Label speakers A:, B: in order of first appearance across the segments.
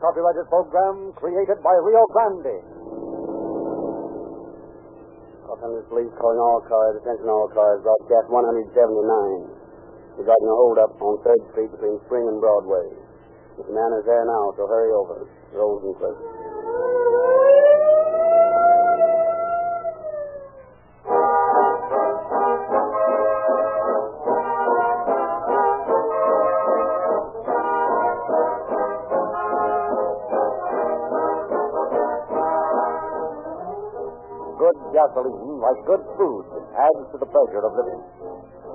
A: Copyrighted program created by Rio Grande.
B: Los Angeles Police calling all cars, attention all cars, broadcast 179. Regarding a holdup on 3rd Street between Spring and Broadway. This man is there now, so hurry over. Rosenquist.
A: Good gasoline, like good food, adds to the pleasure of living.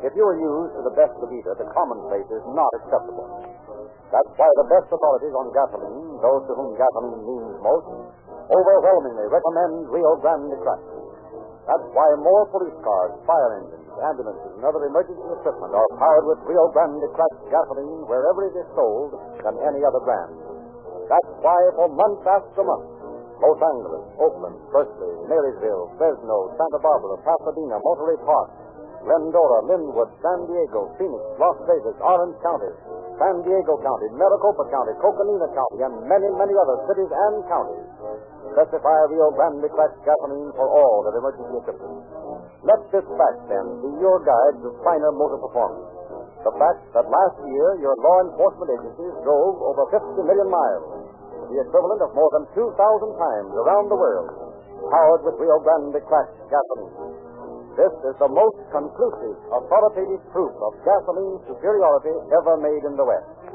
A: If you are used to the best of either, the commonplace is not acceptable. That's why the best authorities on gasoline, those to whom gasoline means most, overwhelmingly recommend Rio Grande Craft. That's why more police cars, fire engines, ambulances, and other emergency equipment are powered with Rio Grande Craft gasoline wherever it is sold than any other brand. That's why for month after month, Los Angeles, Oakland, Berkeley, Marysville, Fresno, Santa Barbara, Pasadena, Monterey Park, Glendora, Linwood, San Diego, Phoenix, Las Vegas, Orange County, San Diego County, Maricopa County, Coconina County, and many, many other cities and counties specify Rio Grande Cracked gasoline for all their emergency equipment. Let this fact, then, be your guide to finer motor performance. The fact that last year your law enforcement agencies drove over 50 million miles, the equivalent of more than 2,000 times around the world, powered with Rio Grande Cracked gasoline. This is the most conclusive authoritative proof of gasoline superiority ever made in the West.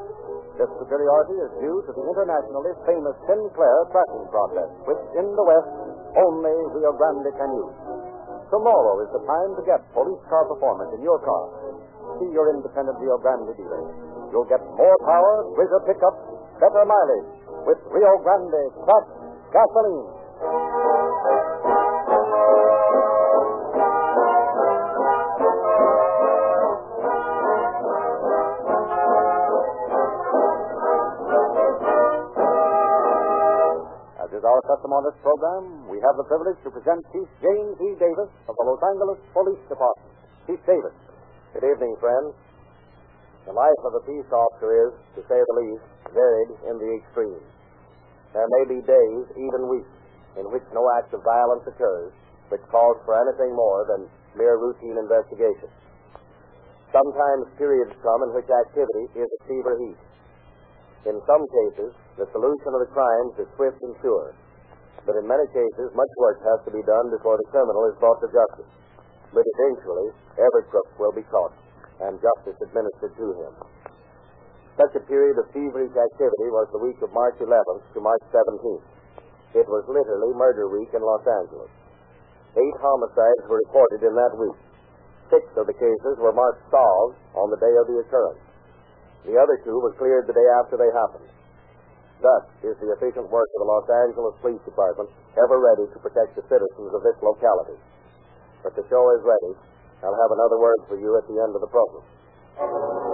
A: This superiority is due to the internationally famous Sinclair tracking process, which in the West only Rio Grande can use. Tomorrow is the time to get police car performance in your car. See your independent Rio Grande dealer. You'll get more power, greater pickup, better mileage with Rio Grande Plus Gasoline. As is our custom on this program, we have the privilege to present Chief James E. Davis of the Los Angeles Police Department. Chief Davis.
B: Good evening, friends. The life of a peace officer is, to say the least, varied in the extreme. There may be days, even weeks, in which no act of violence occurs which calls for anything more than mere routine investigation. Sometimes periods come in which activity is at fever heat. In some cases, the solution of the crimes is swift and sure. But in many cases, much work has to be done before the criminal is brought to justice. But eventually, every crook will be caught and justice administered to him. Such a period of feverish activity was the week of March 11th to March 17th. It was literally murder week in Los Angeles. Eight homicides were reported in that week. Six of the cases were marked solved on the day of the occurrence. The other two were cleared the day after they happened. Thus is the efficient work of the Los Angeles Police Department ever ready to protect the citizens of this locality. But the show is ready, I'll have another word for you at the end of the program.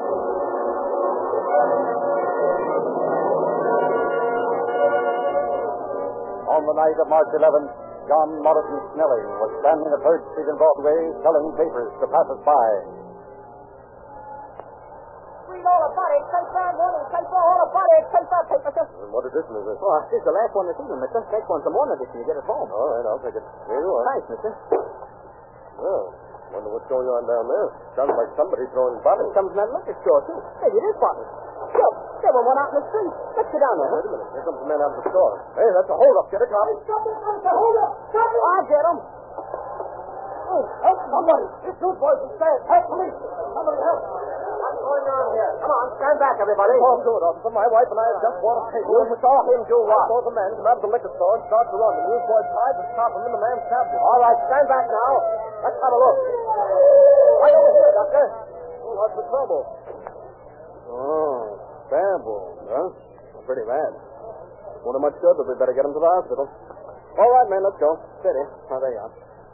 A: On the night of March 11th, John Morrison Snelling was standing at 3rd Street and Broadway selling papers to passers by.
C: Read all about it. Take that morning paper, all about it. Take that paper. Just
B: What edition is this?
D: Well, this is Oh, the last one this evening, mister. Take one tomorrow morning edition you get it home.
B: All right, I'll take it. Here you are.
D: Thanks, mister.
B: Well, wonder what's going on down there. Sounds like somebody throwing bodies.
D: Comes from that liquor store, too. Hey, it is bottles. Look, there were one out in the street. Let's get down there.
B: Wait a minute. Here comes the man out of the store. Hey, that's a holdup. Get a copy.
D: I get them.
C: help somebody. This dude boys is dead. Help police. Somebody help.
D: What's going on here? Come on, stand back, everybody.
B: All good, officer. My wife and I have just bought a paper.
D: You saw him do
B: I
D: what?
B: saw the man come out of the liquor store and start to run. The newsboy tried to stop him, and the man stabbed him.
D: All right, stand back now. Let's have a look. Right over here, Doctor.
B: Oh, what's the trouble? Oh, stab wound, huh? Pretty bad. Won't do much good, but we better get him to the hospital. All right, man, let's go. Steady. Oh, there you are.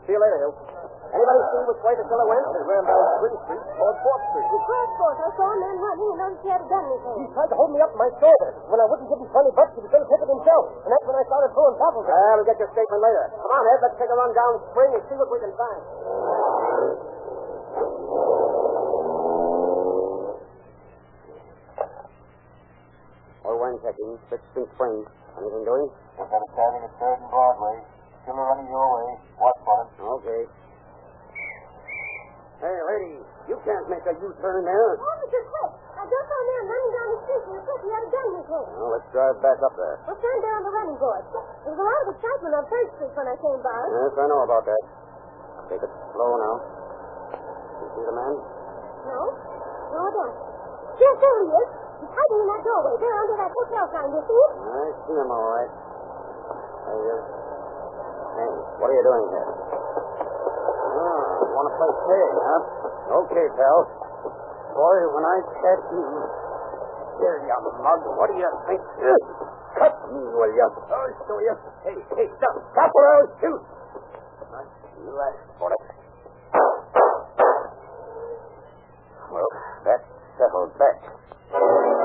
B: See you later, Hill.
D: Anybody see which way the killer went?
B: He ran down 3rd Street toward 4th Street.
E: He crashed for us. I saw a man running and noticed he had a gun in his hand.
D: He tried to hold me up in my shoulder. When I wouldn't give him 20 bucks, he was going to take it himself. And that's when I started throwing bottles. Ah, we'll get your statement later. Come on, Ed, let's take a run down spring and see what we can find.
B: Or when
F: line catching, six feet springs. Anything doing?
D: We've got a sighting at 3rd and Broadway. Killer running your way. Watch for him.
F: Okay. Hey, lady, you can't make a U-turn there.
G: Officer, quick! Oh, I just saw a man running down the street and he said he had a gun in his hand.
D: Now, let's drive back up there.
G: I turned down the running board. There was a lot of excitement on Third Street when I came by.
F: Yes, I know about that. Take it slow now. You see the man?
G: No? No, I don't. Yes, there he is. He's hiding in that doorway there under that hotel sign, you see? it?
F: I see him all right. There he is. Hey, what are you doing here? Oh, want to play fair, huh? Okay, pal. Boy, when I catch you, here you mug, what do you think? Cut me, will you? I'll show you. Hey, hey, stop, stop or I'll shoot. Not you asked for it. Well, that's settled that.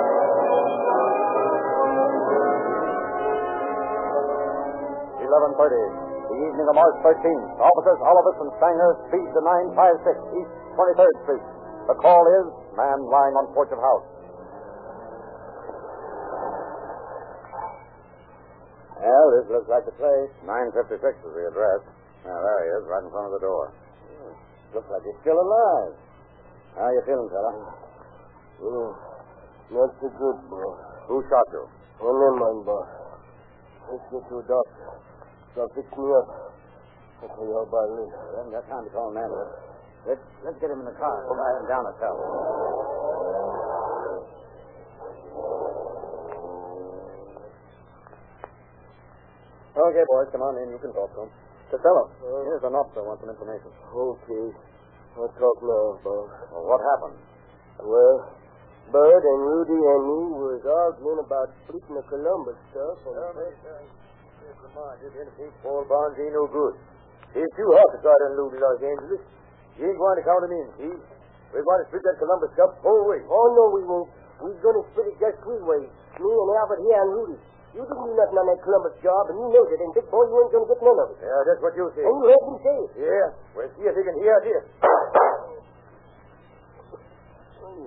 H: Eleven thirty. The evening of March thirteenth. Officers Olivis and Stanger speed to nine five six East Twenty Third Street. The call is man lying on porch of house.
D: Well, this looks like the place.
H: Nine fifty six is the address. Yeah, there he is, right in front of the door. Hmm,
D: Looks like he's still alive. How you feeling, fella?
B: Oh, not so good, boy.
H: Who shot you?
B: Well, never mind, boy. Let's get to a doctor. They'll fix me up. I'll tell you all about it later.
F: We haven't got time to call an ambulance. Let's, let's get him in the car. We'll drive him down the cell.
D: Okay, boys, come on in. You can talk to him. Costello, here's an officer wants some information.
B: Uh, Okay. I'll talk now, boy.
H: Well, what happened?
B: Well, Bud and Rudy and me was arguing about splitting the Columbus stuff. And
D: did indicate Paul Barnes ain't no good. There's two houses I done looted in Los Angeles. You ain't going to count them in, see? We're going to split that Columbus Cup whole way.
B: Oh, no, we won't. We're going to split it just three ways. Me and Albert here and Rudy. You didn't do nothing on that Columbus job, and you knows it. And, big boy, you ain't going to get none of it.
D: Yeah, that's what you say.
B: And you let him say it.
D: Yeah, we'll see if they can hear this.
B: Oh,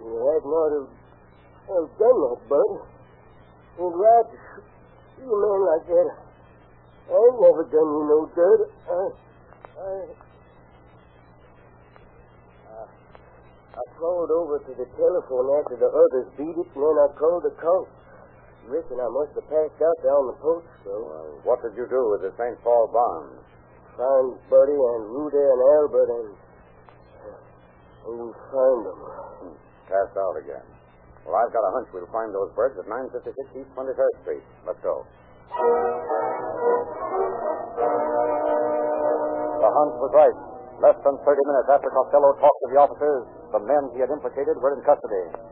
B: You hadn't ought to have done that, Bud. It's right to see a man like that. I ain't never done you no dirt. I, I, I crawled over to the telephone after the others beat it, and then I called the cops. Reckon I must have passed out there on the post, so
H: Well, what did you do with the St. Paul bonds?
B: found Buddy and Rudy and Albert and. uh, And you find them.
H: Passed out again. Well, I've got a hunch we'll find those birds at 956 East 23rd Street. Let's go. The hunch was right. Less than 30 minutes after Costello talked to the officers, the men he had implicated were in custody.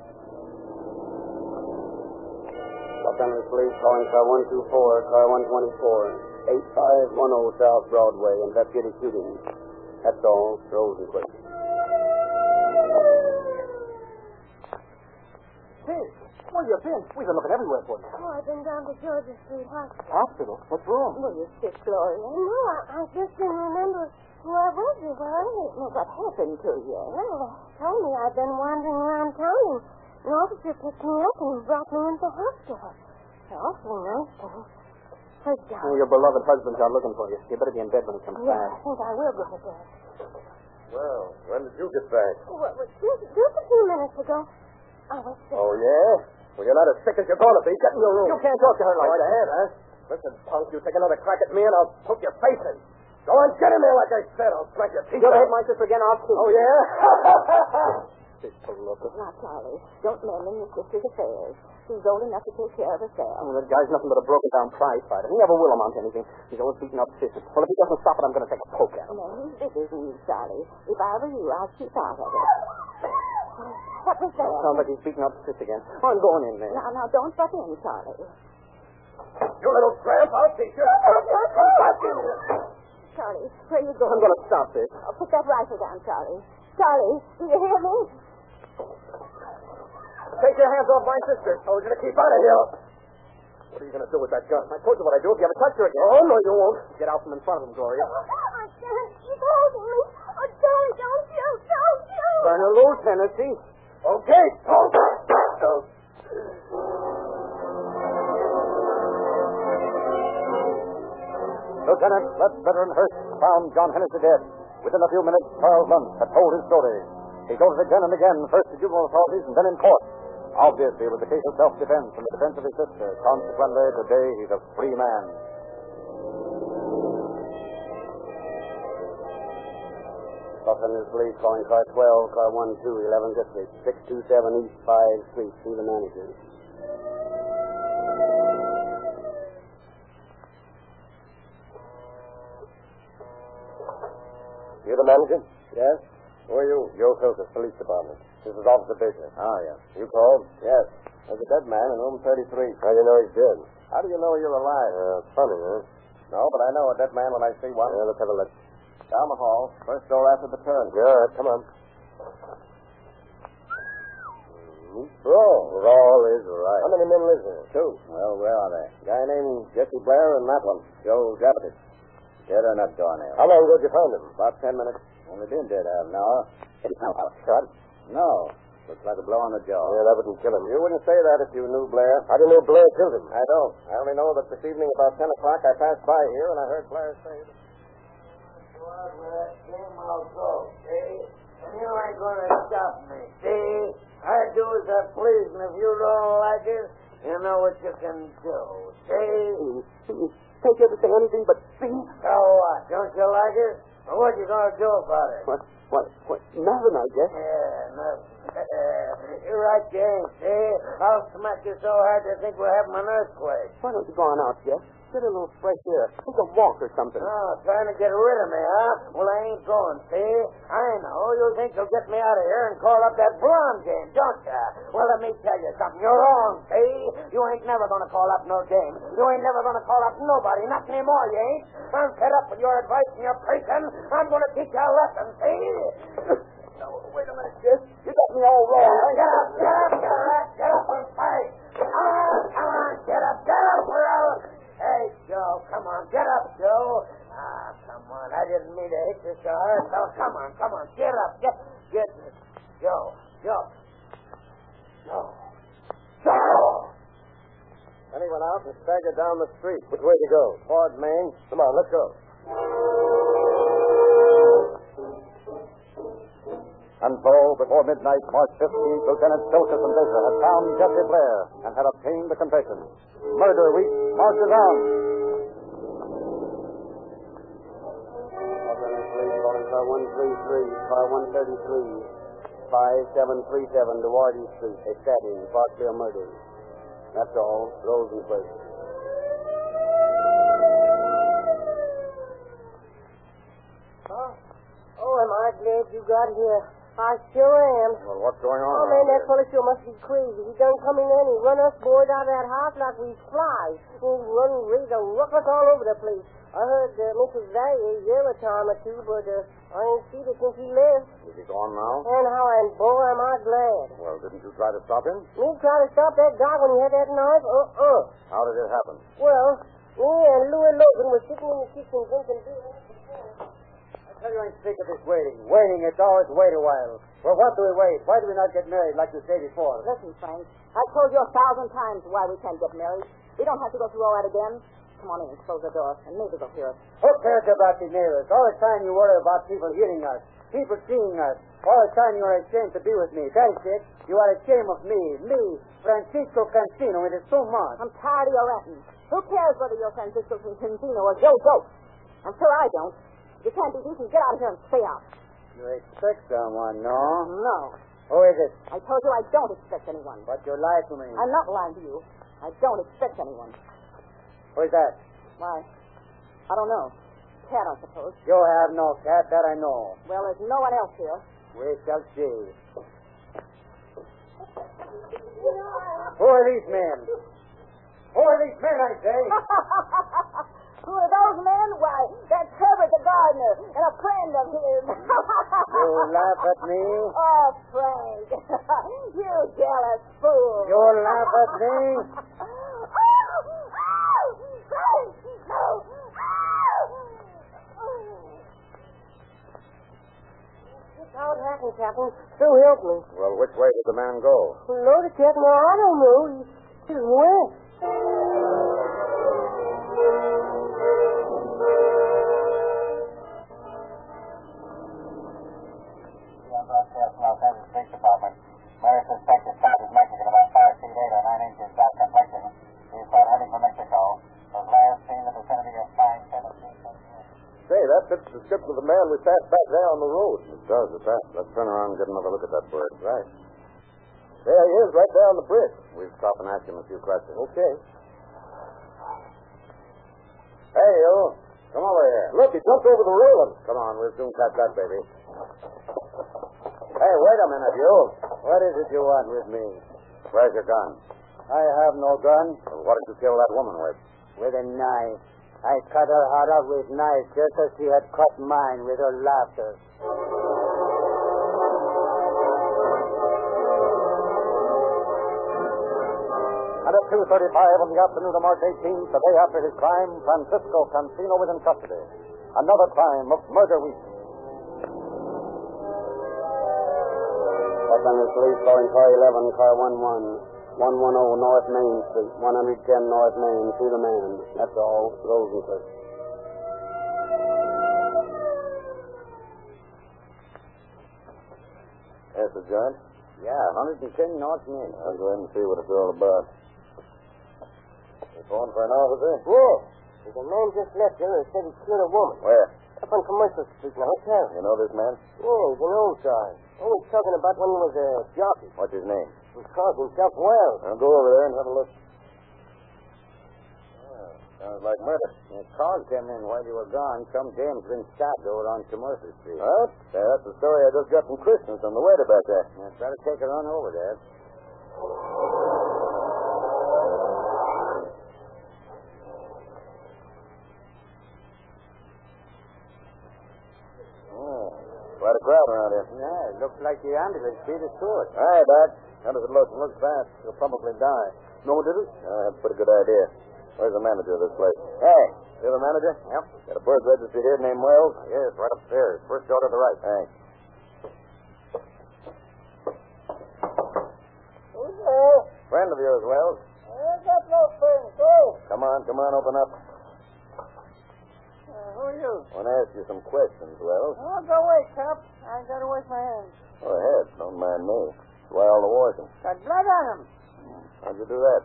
F: Los Angeles Police calling car 124, car 124, 8510 South Broadway, investigated shooting. That's all. Rosenquist.
I: Hey, where you been? We've been looking everywhere for you.
G: Oh, I've been down to Georgia Street Hospital.
I: Hospital? What's wrong?
G: Will you sit, Gloria? No, I, I just didn't remember who I was or where I was. Well, what happened to you? Well, they told me I'd been wandering around town, and an officer picked me up and brought me into hospital. They're awfully nice to me. Her
I: Oh,
G: job.
I: your beloved husband's out looking for you. You better be in bed when he comes
G: Yeah, I
I: back.
G: think I will go to bed.
D: Well, when did you get back?
G: What was just, just a few minutes ago, I was sick.
D: Oh, yeah? Well, you're not as sick as you're going to be. Get in your room.
I: You can't talk to her like
D: I
I: that.
D: can, huh? Listen, punk, you take another crack at me and I'll poke your face in. Go on, get in there like I said. I'll crack your teeth.
F: You'll
D: out.
F: hit my sister again, I'll shoot.
D: Oh, yeah?
J: Now, Charlie, don't meddle in your sister's affairs. She's old enough to take care of herself.
I: Oh, that guy's nothing but a broken down prize fighter. He never will amount to anything. He's always beating up sisters. Well, if he doesn't stop it, I'm going to take a poke at him.
J: Now, he's bigger than you, Charlie. If I were you, I'd keep out of it. What was that?
I: Sounds like he's beating up sis again. I'm going in there.
J: Now, now, don't butt in, Charlie.
D: You little tramp, I'll teach you.
J: Charlie, where are you
I: I'm
J: going?
I: going to stop this.
J: Oh, put that rifle down, Charlie. Charlie, do you hear me?
D: Take your hands off my sister. I told you to keep out of here. What are you going to do with that gun? I told you what I do if you ever touch her again. Oh, no, you won't.
I: Get out from in front of him, Gloria.
G: I can't. She's holding me. Oh, Charlie, don't shoot. Don't shoot.
I: Burn her loose, Hennessy.
D: Okay. Oh.
K: Lieutenant Left Veteran Hurst found John Hennessy dead. Within a few minutes, Charles Lunt had told his story. He told it again and again, first to juvenile authorities and then in court. Obviously, it was a case of self-defense and the defense of his sister. Consequently, today he's a free man.
B: Los Angeles Police calling car 12, car 1, 2, 11 district, 627 East 5 Street. See the manager.
K: You the manager?
B: Yes?
K: Who are you?
B: Joe Filkins, Police Department.
K: This is Officer Baker.
B: Ah, yes.
K: You called?
B: Yes. There's a dead man in room 33.
K: How do you know he's dead?
B: How do you know you're alive?
K: Uh, funny, huh?
B: No, but I know a dead man when I see one.
K: Yeah, let's have a look.
B: Down the hall, first door after the turn.
K: Yeah, all right, come on.
B: Roll.
K: Rawl is right.
B: How many men live there? Two. Well, where are they? Guy named Jesse Blair and that one, Joe Javitis. Dead or not doornail?
K: How long ago did you find him?
B: About ten minutes. Only been dead half an hour. It's not out
K: Shot?
B: No. Looks like a blow on the jaw.
K: Yeah, that wouldn't kill him.
B: You wouldn't say that if you knew Blair.
K: How do you know Blair killed him?
B: I don't. I only know that this evening about 10 o'clock I passed by here and I heard Blair say it.
D: And you ain't gonna stop me, see? I do as I please, and if you don't like it, you know what you can do, see?
L: Please, please, don't you ever say anything but please?
D: So what? Don't you like it? Well, what you gonna do about it?
L: What, what, what? Nothing, I guess.
D: Yeah, nothing. You're right, James, see? I'll smack you so hard you think we're having an earthquake.
L: Why don't you go on out, Jeff? Get a little fresh air. Take a walk or something.
D: Oh, trying to get rid of me, huh? Well, I ain't going, see? I know. You think you'll get me out of here and call up that blonde Jane, don't you? Well, let me tell you something. You're wrong, see? You ain't never going to call up no Jane. You ain't never going to call up nobody, not anymore, you ain't. I'm fed up with your advice and your preaching. I'm going to teach you a lesson, see? no, wait a minute, Jess.
L: You got me all wrong.
D: Get up, get up, you rat. Get up and fight. Come on, come on, get up, get up, Will. Hey, Joe, come on, get up, Joe. Ah, come on, I didn't mean to hit you so hard. Oh, come on, come on, get up, get, get, Joe, Joe, Joe, Joe.
B: Then he went out and staggered down the street.
K: Which way to go?
B: Toward Main.
K: Come on, let's go. And so, before midnight, March 15th, Lieutenant Silkerson Baker had found Jesse Blair and had obtained the confession. Murder Week marches on.
B: Los Angeles Police calling car 133, car 133, 5737 DeWarden Street. A stabbing, Parkville murder. That's all. Rosenquist.
G: Oh, am I glad you got here. I sure am.
K: Well, what's going on?
G: Oh, man, that fellow sure must be crazy. He done come in there and he run us boys out of that house like we flies. He run razor ruckus all over the place. I heard uh, Mrs. Valley yell a time or two, but uh, I ain't seen her since he left.
K: Is he gone now?
G: And how and boy am I glad.
K: Well, didn't you try to stop him?
G: Me try to stop that guy when he had that knife? Uh-uh.
K: How did it happen?
G: Well, me and Louis Logan was sitting in the kitchen drinking beer.
B: tell you ain't sick of this waiting. Waiting, it's always wait a while. Well, what do we wait? Why do we not get married like you say before?
L: Listen, Frank, I've told you a thousand times why we can't get married. We don't have to go through all that again. Come on in, close the door, and neighbors will hear us.
B: Who cares about the neighbors? All the time you worry about people hearing us, people seeing us. All the time you are ashamed to be with me. That's it. You are ashamed of me. Me, Francisco Cancino. It is so much.
L: I'm tired of your Latin. Who cares whether you're Francisco Quintino or Joe Goat? I'm sure I don't. If You can't be decent. Get out of here and stay out. Oh,
B: You expect someone, no?
L: No.
B: Who is it?
L: I told you I don't expect anyone.
B: But you lied to me.
L: I'm not lying to you. I don't expect anyone.
B: Who's that?
L: Why? I don't know. Cat, I suppose.
B: You have no cat, that I know.
L: Well, there's no one else here.
B: We shall see. Who are these men? Who are these men, I say?
L: Who are those men? Why, that's Herbert the gardener and a friend of his.
B: You laugh at me?
L: Oh, Frank. you jealous fool.
B: You laugh at me?
M: Oh, oh.
G: That's how it happened, Captain. So help me.
K: Well, which way did the man go?
G: Well, no, the Captain, I don't know. He just went.
B: that fits the description of the man we passed back there on the road.
D: It does, it does. Let's turn around and get another look at that bird.
B: Right. There he is, right there on the bridge.
D: We'll stop and ask him a few questions.
B: Okay. Hey, you.
D: Come over here.
B: Look, he jumped over the railing.
D: Come on, we'll soon catch that baby.
B: Hey, wait a minute, you.
D: What is it you want with me? Where's your gun?
B: I have no gun.
D: Well, what did you kill that woman with?
N: With a knife. I cut her heart off with knife just as she had cut mine with her laughter.
A: And at 2.35 on the afternoon of March 18th, the day after his crime, Francisco Cancino was in custody. Another crime of murder week.
D: Los Angeles Police calling car 11, car 11, 110 North Main Street, 110 North Main, to the man. That's all. Rosenquist.
B: Yes, the judge.
D: Yeah, 110 North Main.
B: I'll go ahead and see what it's all about. You calling for an eh? officer?
O: Yes. There's a man just left here and said he killed a woman.
B: Where?
O: Up on Commercial Street in a hotel.
B: You know this man?
O: Yeah, he's an old guy. Always talking about when he was a jockey.
B: What's his name?
O: He calls himself Wells.
B: Now go over there and have a look. Oh, sounds like murder.
N: The call came in while you were gone. Some dame's been stabbed over on Commercial Street.
B: What? Yeah, that's the story I just got from Christmas on the waiter back there.
N: Now, try to take her on over there.
B: Oh, Quite a crowd around here.
N: Yeah, it looks like the ambulance beat us to it.
B: All right, Doc. How does it look? It looks fast. You'll probably die.
D: No one did it?
B: Uh, that's a pretty good idea. Where's the manager of this place?
D: Hey.
B: You the manager?
D: Yep.
B: Got a bird registry here named Wells?
D: Oh, yes, right upstairs. First door to the right.
B: Thanks.
O: Who's there?
B: Friend of yours, Wells.
O: I got no friend. Go.
M: Oh,
B: Come on, come on, open up.
M: Uh, who are you?
B: I want to ask you some questions, Wells.
M: Oh, go away, cop. I gotta wash my hands.
B: Go ahead. Don't mind me. That's why all the washing.
M: Got blood on them.
B: How'd you do that?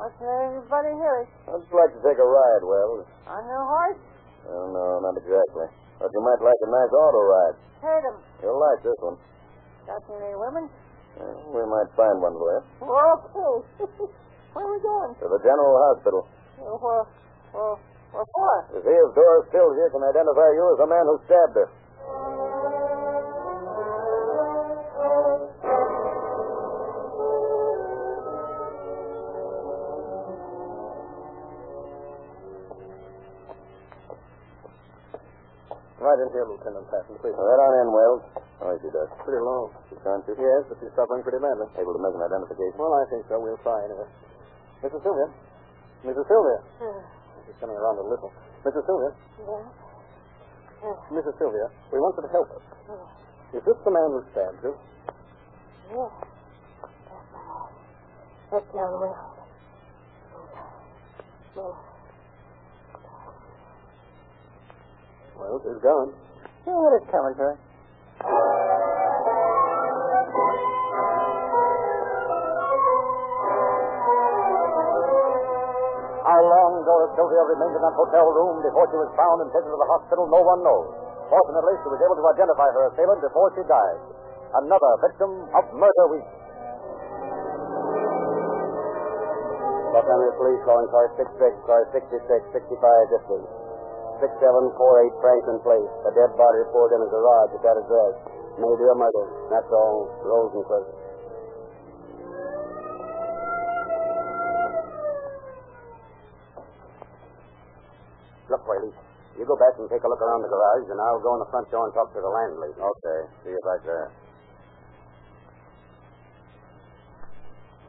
M: What's everybody here?
B: I'd just like to take a ride, Wells.
M: On your horse?
B: Oh, no, not exactly. But you might like a nice auto ride.
M: Hurt them.
B: You'll like this one.
M: Got any women?
B: Yeah, we might find one for you.
M: Okay. Where are we going?
B: To the General Hospital.
M: Oh, well, well, what for?
B: To see if Doris Sylvia can identify you as the man who stabbed her.
O: Right in here, Lieutenant Patton, please.
B: Right on in, Wells. Oh, she does.
O: Pretty long.
B: She's conscious?
O: Yes, but she's suffering pretty badly.
B: Able to make an identification?
O: Well, I think so. We'll try anyway. Mrs. Sylvia? Mrs. Sylvia? She's coming around a little. Mrs. Sylvia?
M: Yeah. Uh,
O: Mrs. Sylvia, we want you to help us. Is this the man who stabbed you?
M: yeah. That's down well. Well,
O: Well, she's gone.
N: You had it coming to her.
A: How long Doris Sylvia remained in that hotel room before she was found and taken to the hospital, no one knows. Fortunately, she was able to identify her assailant before she died. Another victim of murder week.
D: Los Angeles Police calling car 66, car 66, 65, distance. 6748 Franklin Place. A dead body reported in a garage at that address. Maybe a murder. That's all. Rosenquist.
B: Look, Wiley. You go back and take a look around the garage, and I'll go in the front door and talk to the landlady.
D: Okay. See you back there.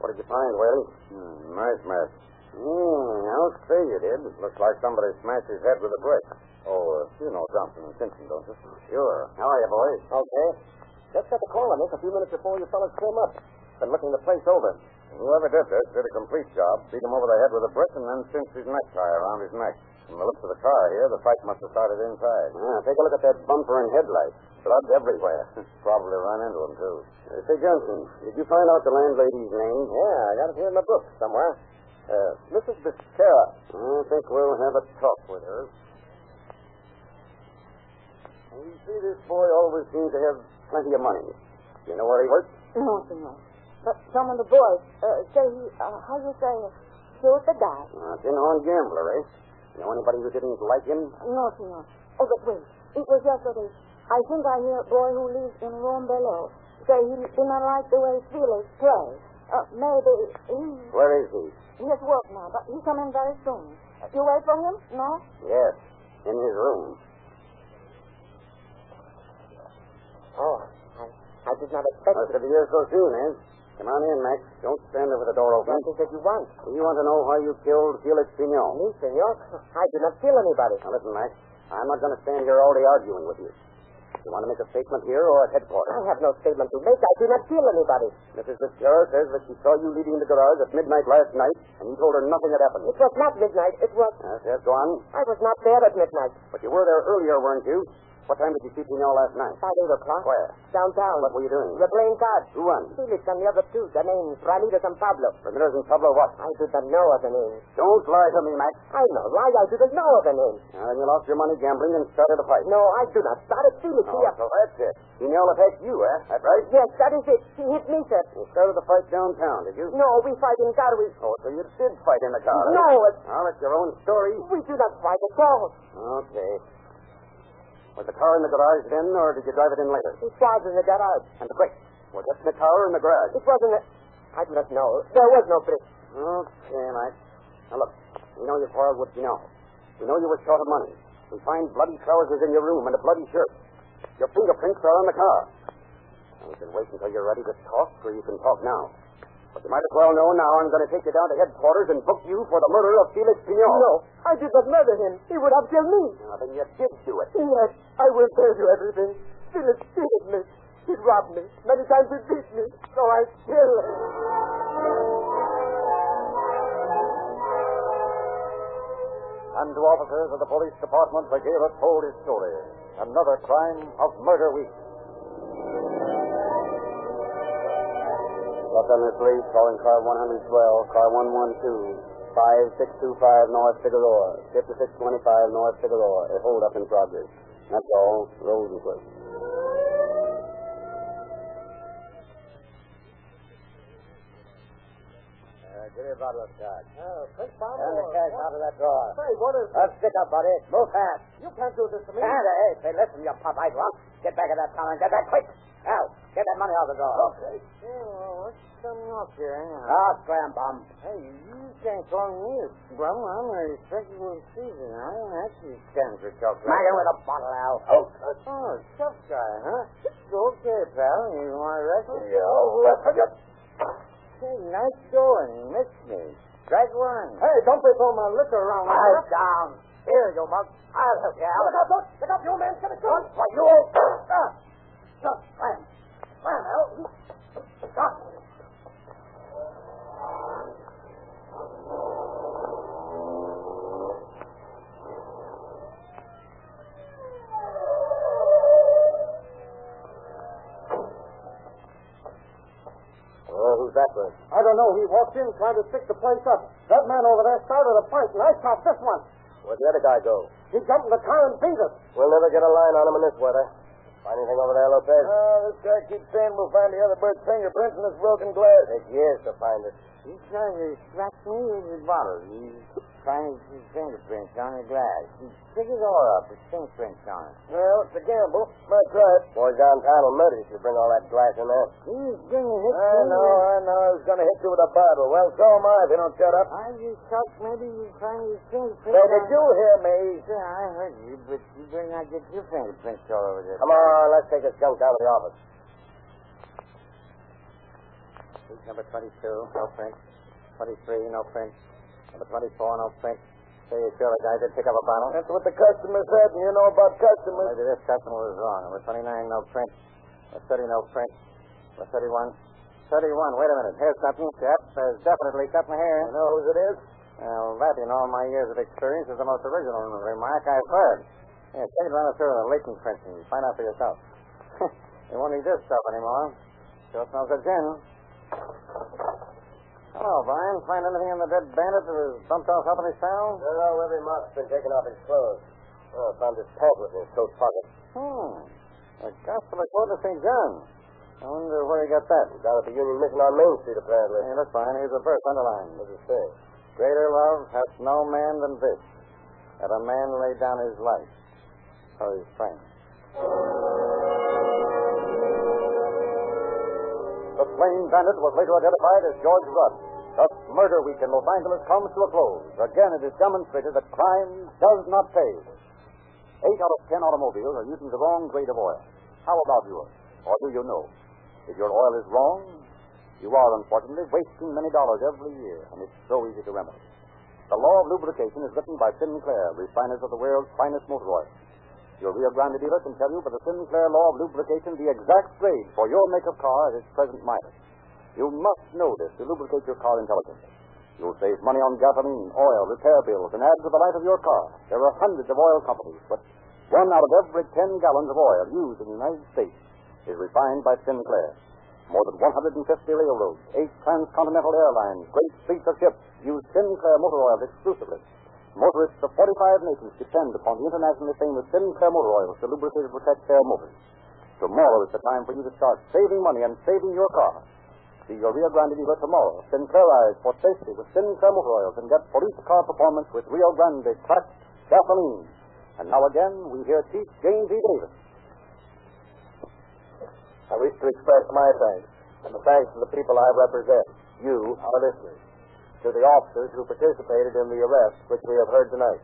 B: What did you find, Whaley?
D: Hmm, nice mess.
B: Hmm, I'll say you did.
D: Looks like somebody smashed his head with a brick.
B: Oh, uh, you know Johnson and Simpson, don't you?
D: Sure. How are you, boys?
B: Okay. Just got the call on this a few minutes before you fellas came up. Been looking the place over.
D: Whoever did this did a complete job. Beat him over the head with a brick and then cinched his necktie around his neck. From the looks of the car here, the fight must have started inside.
B: Yeah, Ah, take a look at that bumper and headlight.
D: Blood everywhere. Probably run into him, too.
B: Uh, say, Johnson, did you find out the landlady's name?
D: Yeah, I got it here in my book somewhere.
B: Uh, Mrs. Becerra.
D: I think we'll have a talk with her.
B: You see, this boy always seems to have plenty of money. You know where he works?
G: No, senor. But some of the boys uh, say he, uh, how you say, killed the guy.
B: Uh, thin horn gambler, eh? Know anybody who didn't like him?
G: No, senor. Oh, but wait. It was yesterday. I think I hear a boy who lives in room below say he did not like the way Felix plays. Uh, maybe he's
B: Where is he?
G: he has work now, but he's coming very soon. You wait for him? No?
B: Yes, in his room.
D: Oh, I, I did not expect
B: Must have been here so soon, eh? Come on in, Max. Don't stand over the door open.
D: What is it you want?
B: You want to know why you killed Felix Pignon?
D: Me, senor? I do not kill anybody.
B: Now, listen, Max. I'm not going to stand here all day arguing with you. You want to make a statement here or at headquarters?
D: I have no statement to make. I do not kill anybody.
B: Mrs. Fitzgerald says that she saw you leaving the garage at midnight last night, and you told her nothing had happened.
D: It was not midnight. It was.
B: Yes, yes, go on.
D: I was not there at midnight.
B: But you were there earlier, weren't you? What time did you see Pignon last night?
D: About 8 o'clock.
B: Where?
D: Downtown.
B: What were you doing?
D: We're playing cards.
B: Who won?
D: Felix and the other two. The names Ramirez and Pablo.
B: Ramirez and Pablo what?
D: I do not know of the names.
B: Don't lie to me, Max.
D: I know. Why I do not know of the names.
B: Now, Ah, then you lost your money gambling and started a fight.
D: No, I do not. Started Felix
B: Oh,
D: here.
B: so that's it. Pignon attacked you, eh? That's right?
D: Yes, that is it. He hit me, sir.
B: You started the fight downtown, did you?
D: No, we fight in car. We...
B: Oh, so you did fight in the car. eh?
D: No, it...
B: Well, it's your own story.
D: we do not fight at all.
B: Okay. Was the car in the garage then, or did you drive it in later?
D: It was in the garage.
B: And the bricks? Were just in the car or in the garage?
D: It wasn't a... I do not know. There was no brick.
B: Okay, Mike. Now look, we know you quarreled with Pino. We know you were short of money. We find bloody trousers in your room and a bloody shirt. Your fingerprints are on the car. Now, we can wait until you're ready to talk, or you can talk now. But you might as well know now I'm going to take you down to headquarters and book you for the murder of Felix Pignon.
C: No, I did not murder him. He would have killed me.
B: Now, then you did do it.
C: Yes, I will tell you everything. Philip cheated me. He robbed me. Many times he beat me. So I killed him.
A: And to officers of the police department, Vergara told his story. Another crime of murder week.
B: Lieutenant Police calling car 112, car 112, 5625 North Figueroa, 5625 North Figueroa, a holdup in progress. That's all. Rosenquist.
N: Give me a bottle of scotch.
C: Oh, quick, Bob.
N: Turn the cash out of that drawer.
C: Say, what is...
N: Let's stick up, buddy. Move fast.
C: You can't do this to me.
N: Santa, hey, say, listen, you pop idol. huh? Get back in that car and get that quick. Now, get that money out of the drawer.
C: Okay.
D: Oh, what's coming up here? anyhow?
N: Ah, scram bum.
D: Hey, you can't call me a bum. I'm a respectable citizen. I don't have to stand for chocolate.
N: Smack it with a bottle, Al.
D: Oh, oh, tough guy, huh? Okay, pal. You want to wrestle?
C: Yeah,
D: Say, nice going. Miss me. Strike one.
C: Hey, don't be throwing my liquor around.
D: Lie down. Here, you mug. I'll help you out.
C: Look out, look. Look out, the old man's gonna come.
D: Why, you old... Ah. Just slam. Slam, Al. Stop.
B: Well, Oh, who's that with?
C: I don't know. He walked in trying to stick the place up. That man over there started a fight, and I shot this one.
B: Where'd the other guy go?
C: He jumped in the car and beat us.
B: We'll never get a line on him in this weather. Find anything over there, Lopez?
D: Ah, this guy keeps saying we'll find the other bird's fingerprints in this broken glass.
B: Take years to find it.
D: He's trying to distract me with his bottle. He's trying to see fingerprints on the glass. He took his oar up. His fingerprints on it.
B: Well, it's a gamble. Let's try it. Boys downtown will murder you if you bring all that glass in there.
D: He's bringing his
B: I know, I know. I was going to hit you with a bottle. Well, so am I if you don't shut up.
D: I just thought maybe you were trying to fingerprints.
B: Say, did you hear me?
D: Sure, I heard you, but you better not get your fingerprints all over this.
B: Come on, let's take a skunk down to the office.
N: Sheet number 22, no print. 23, no print. Number 24, no print. Say, you sure the guy did pick up a bottle?
B: That's what the customer said, and you know about customers.
N: Maybe this customer was wrong. Number 29, no print. Number 30, no print. Number 31. 31, wait a minute. Here's something. Yep, there's definitely something here.
B: You know whose it is?
N: Well, that, in all my years of experience, is the most original remark I've heard. Yeah, take it on through the Leighton print and find out for yourself. they won't need this stuff anymore. Sure smells of gin. Hello, Brian. Find anything in the dead bandit that was bumped off up in his cell?
B: No, no, every monk's been taking off his clothes.
P: Oh, I found his pamphlet in his coat pocket.
N: Hmm. The Gospel according to St. John. I wonder where he got that.
P: Down at the Union Mission on Main Street, apparently.
N: Hey, that's fine. Here's a verse underlined.
P: What does it say?
N: Greater love hath no man than this, that a man lay down his life for his friend.
B: The slain bandit was later identified as George Rudd. Thus, murder week in Los Angeles comes to a close. Again, it is demonstrated that crime does not pay. Eight out of ten automobiles are using the wrong grade of oil. How about yours? Or do you know? If your oil is wrong, you are unfortunately wasting many dollars every year, and it's so easy to remedy. The law of lubrication is written by Sinclair, refiners of the world's finest motor oil. Your Rio Grande dealer can tell you by the Sinclair law of lubrication the exact grade for your make of car at its present mileage. You must know this to lubricate your car intelligently. You'll save money on gasoline, oil, repair bills, and add to the life of your car. There are hundreds of oil companies, but one out of every ten gallons of oil used in the United States is refined by Sinclair. More than 150 railroads, eight transcontinental airlines, great fleets of ships use Sinclair motor oil exclusively. Motorists of 45 nations depend upon the internationally famous Sinclair motor oils to lubricate and protect their motors. Tomorrow is the time for you to start saving money and saving your car. See your Rio Grande dealer tomorrow. Sinclairize for safety with Sinclair motor oils and get police car performance with Rio Grande cracked gasoline. And now again, we hear Chief James E. Davis.
P: I wish to express my thanks and the thanks of the people I represent, you, our listeners, to the officers who participated in the arrest which we have heard tonight.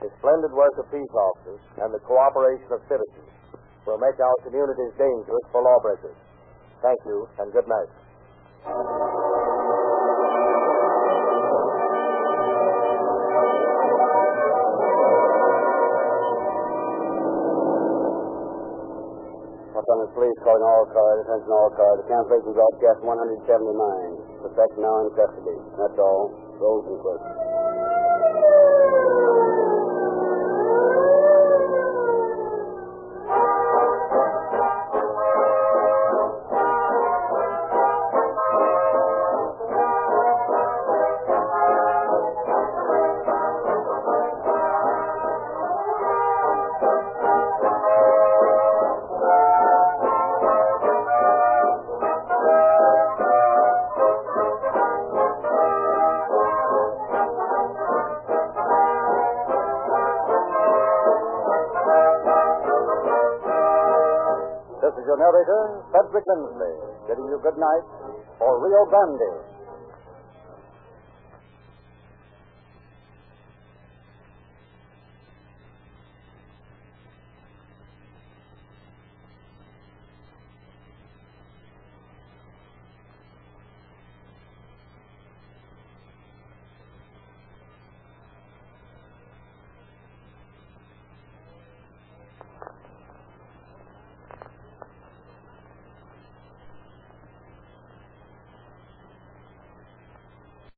P: The splendid work of peace officers and the cooperation of citizens will make our communities dangerous for lawbreakers. Thank you and good night.
Q: Lieutenant Police calling all cars, attention all cars. The cancellation broadcast 179. Suspect now in custody. That's all. Rolls and quits.
B: This is your narrator, Cedric Lindsley, bidding you good night for Rio Grande.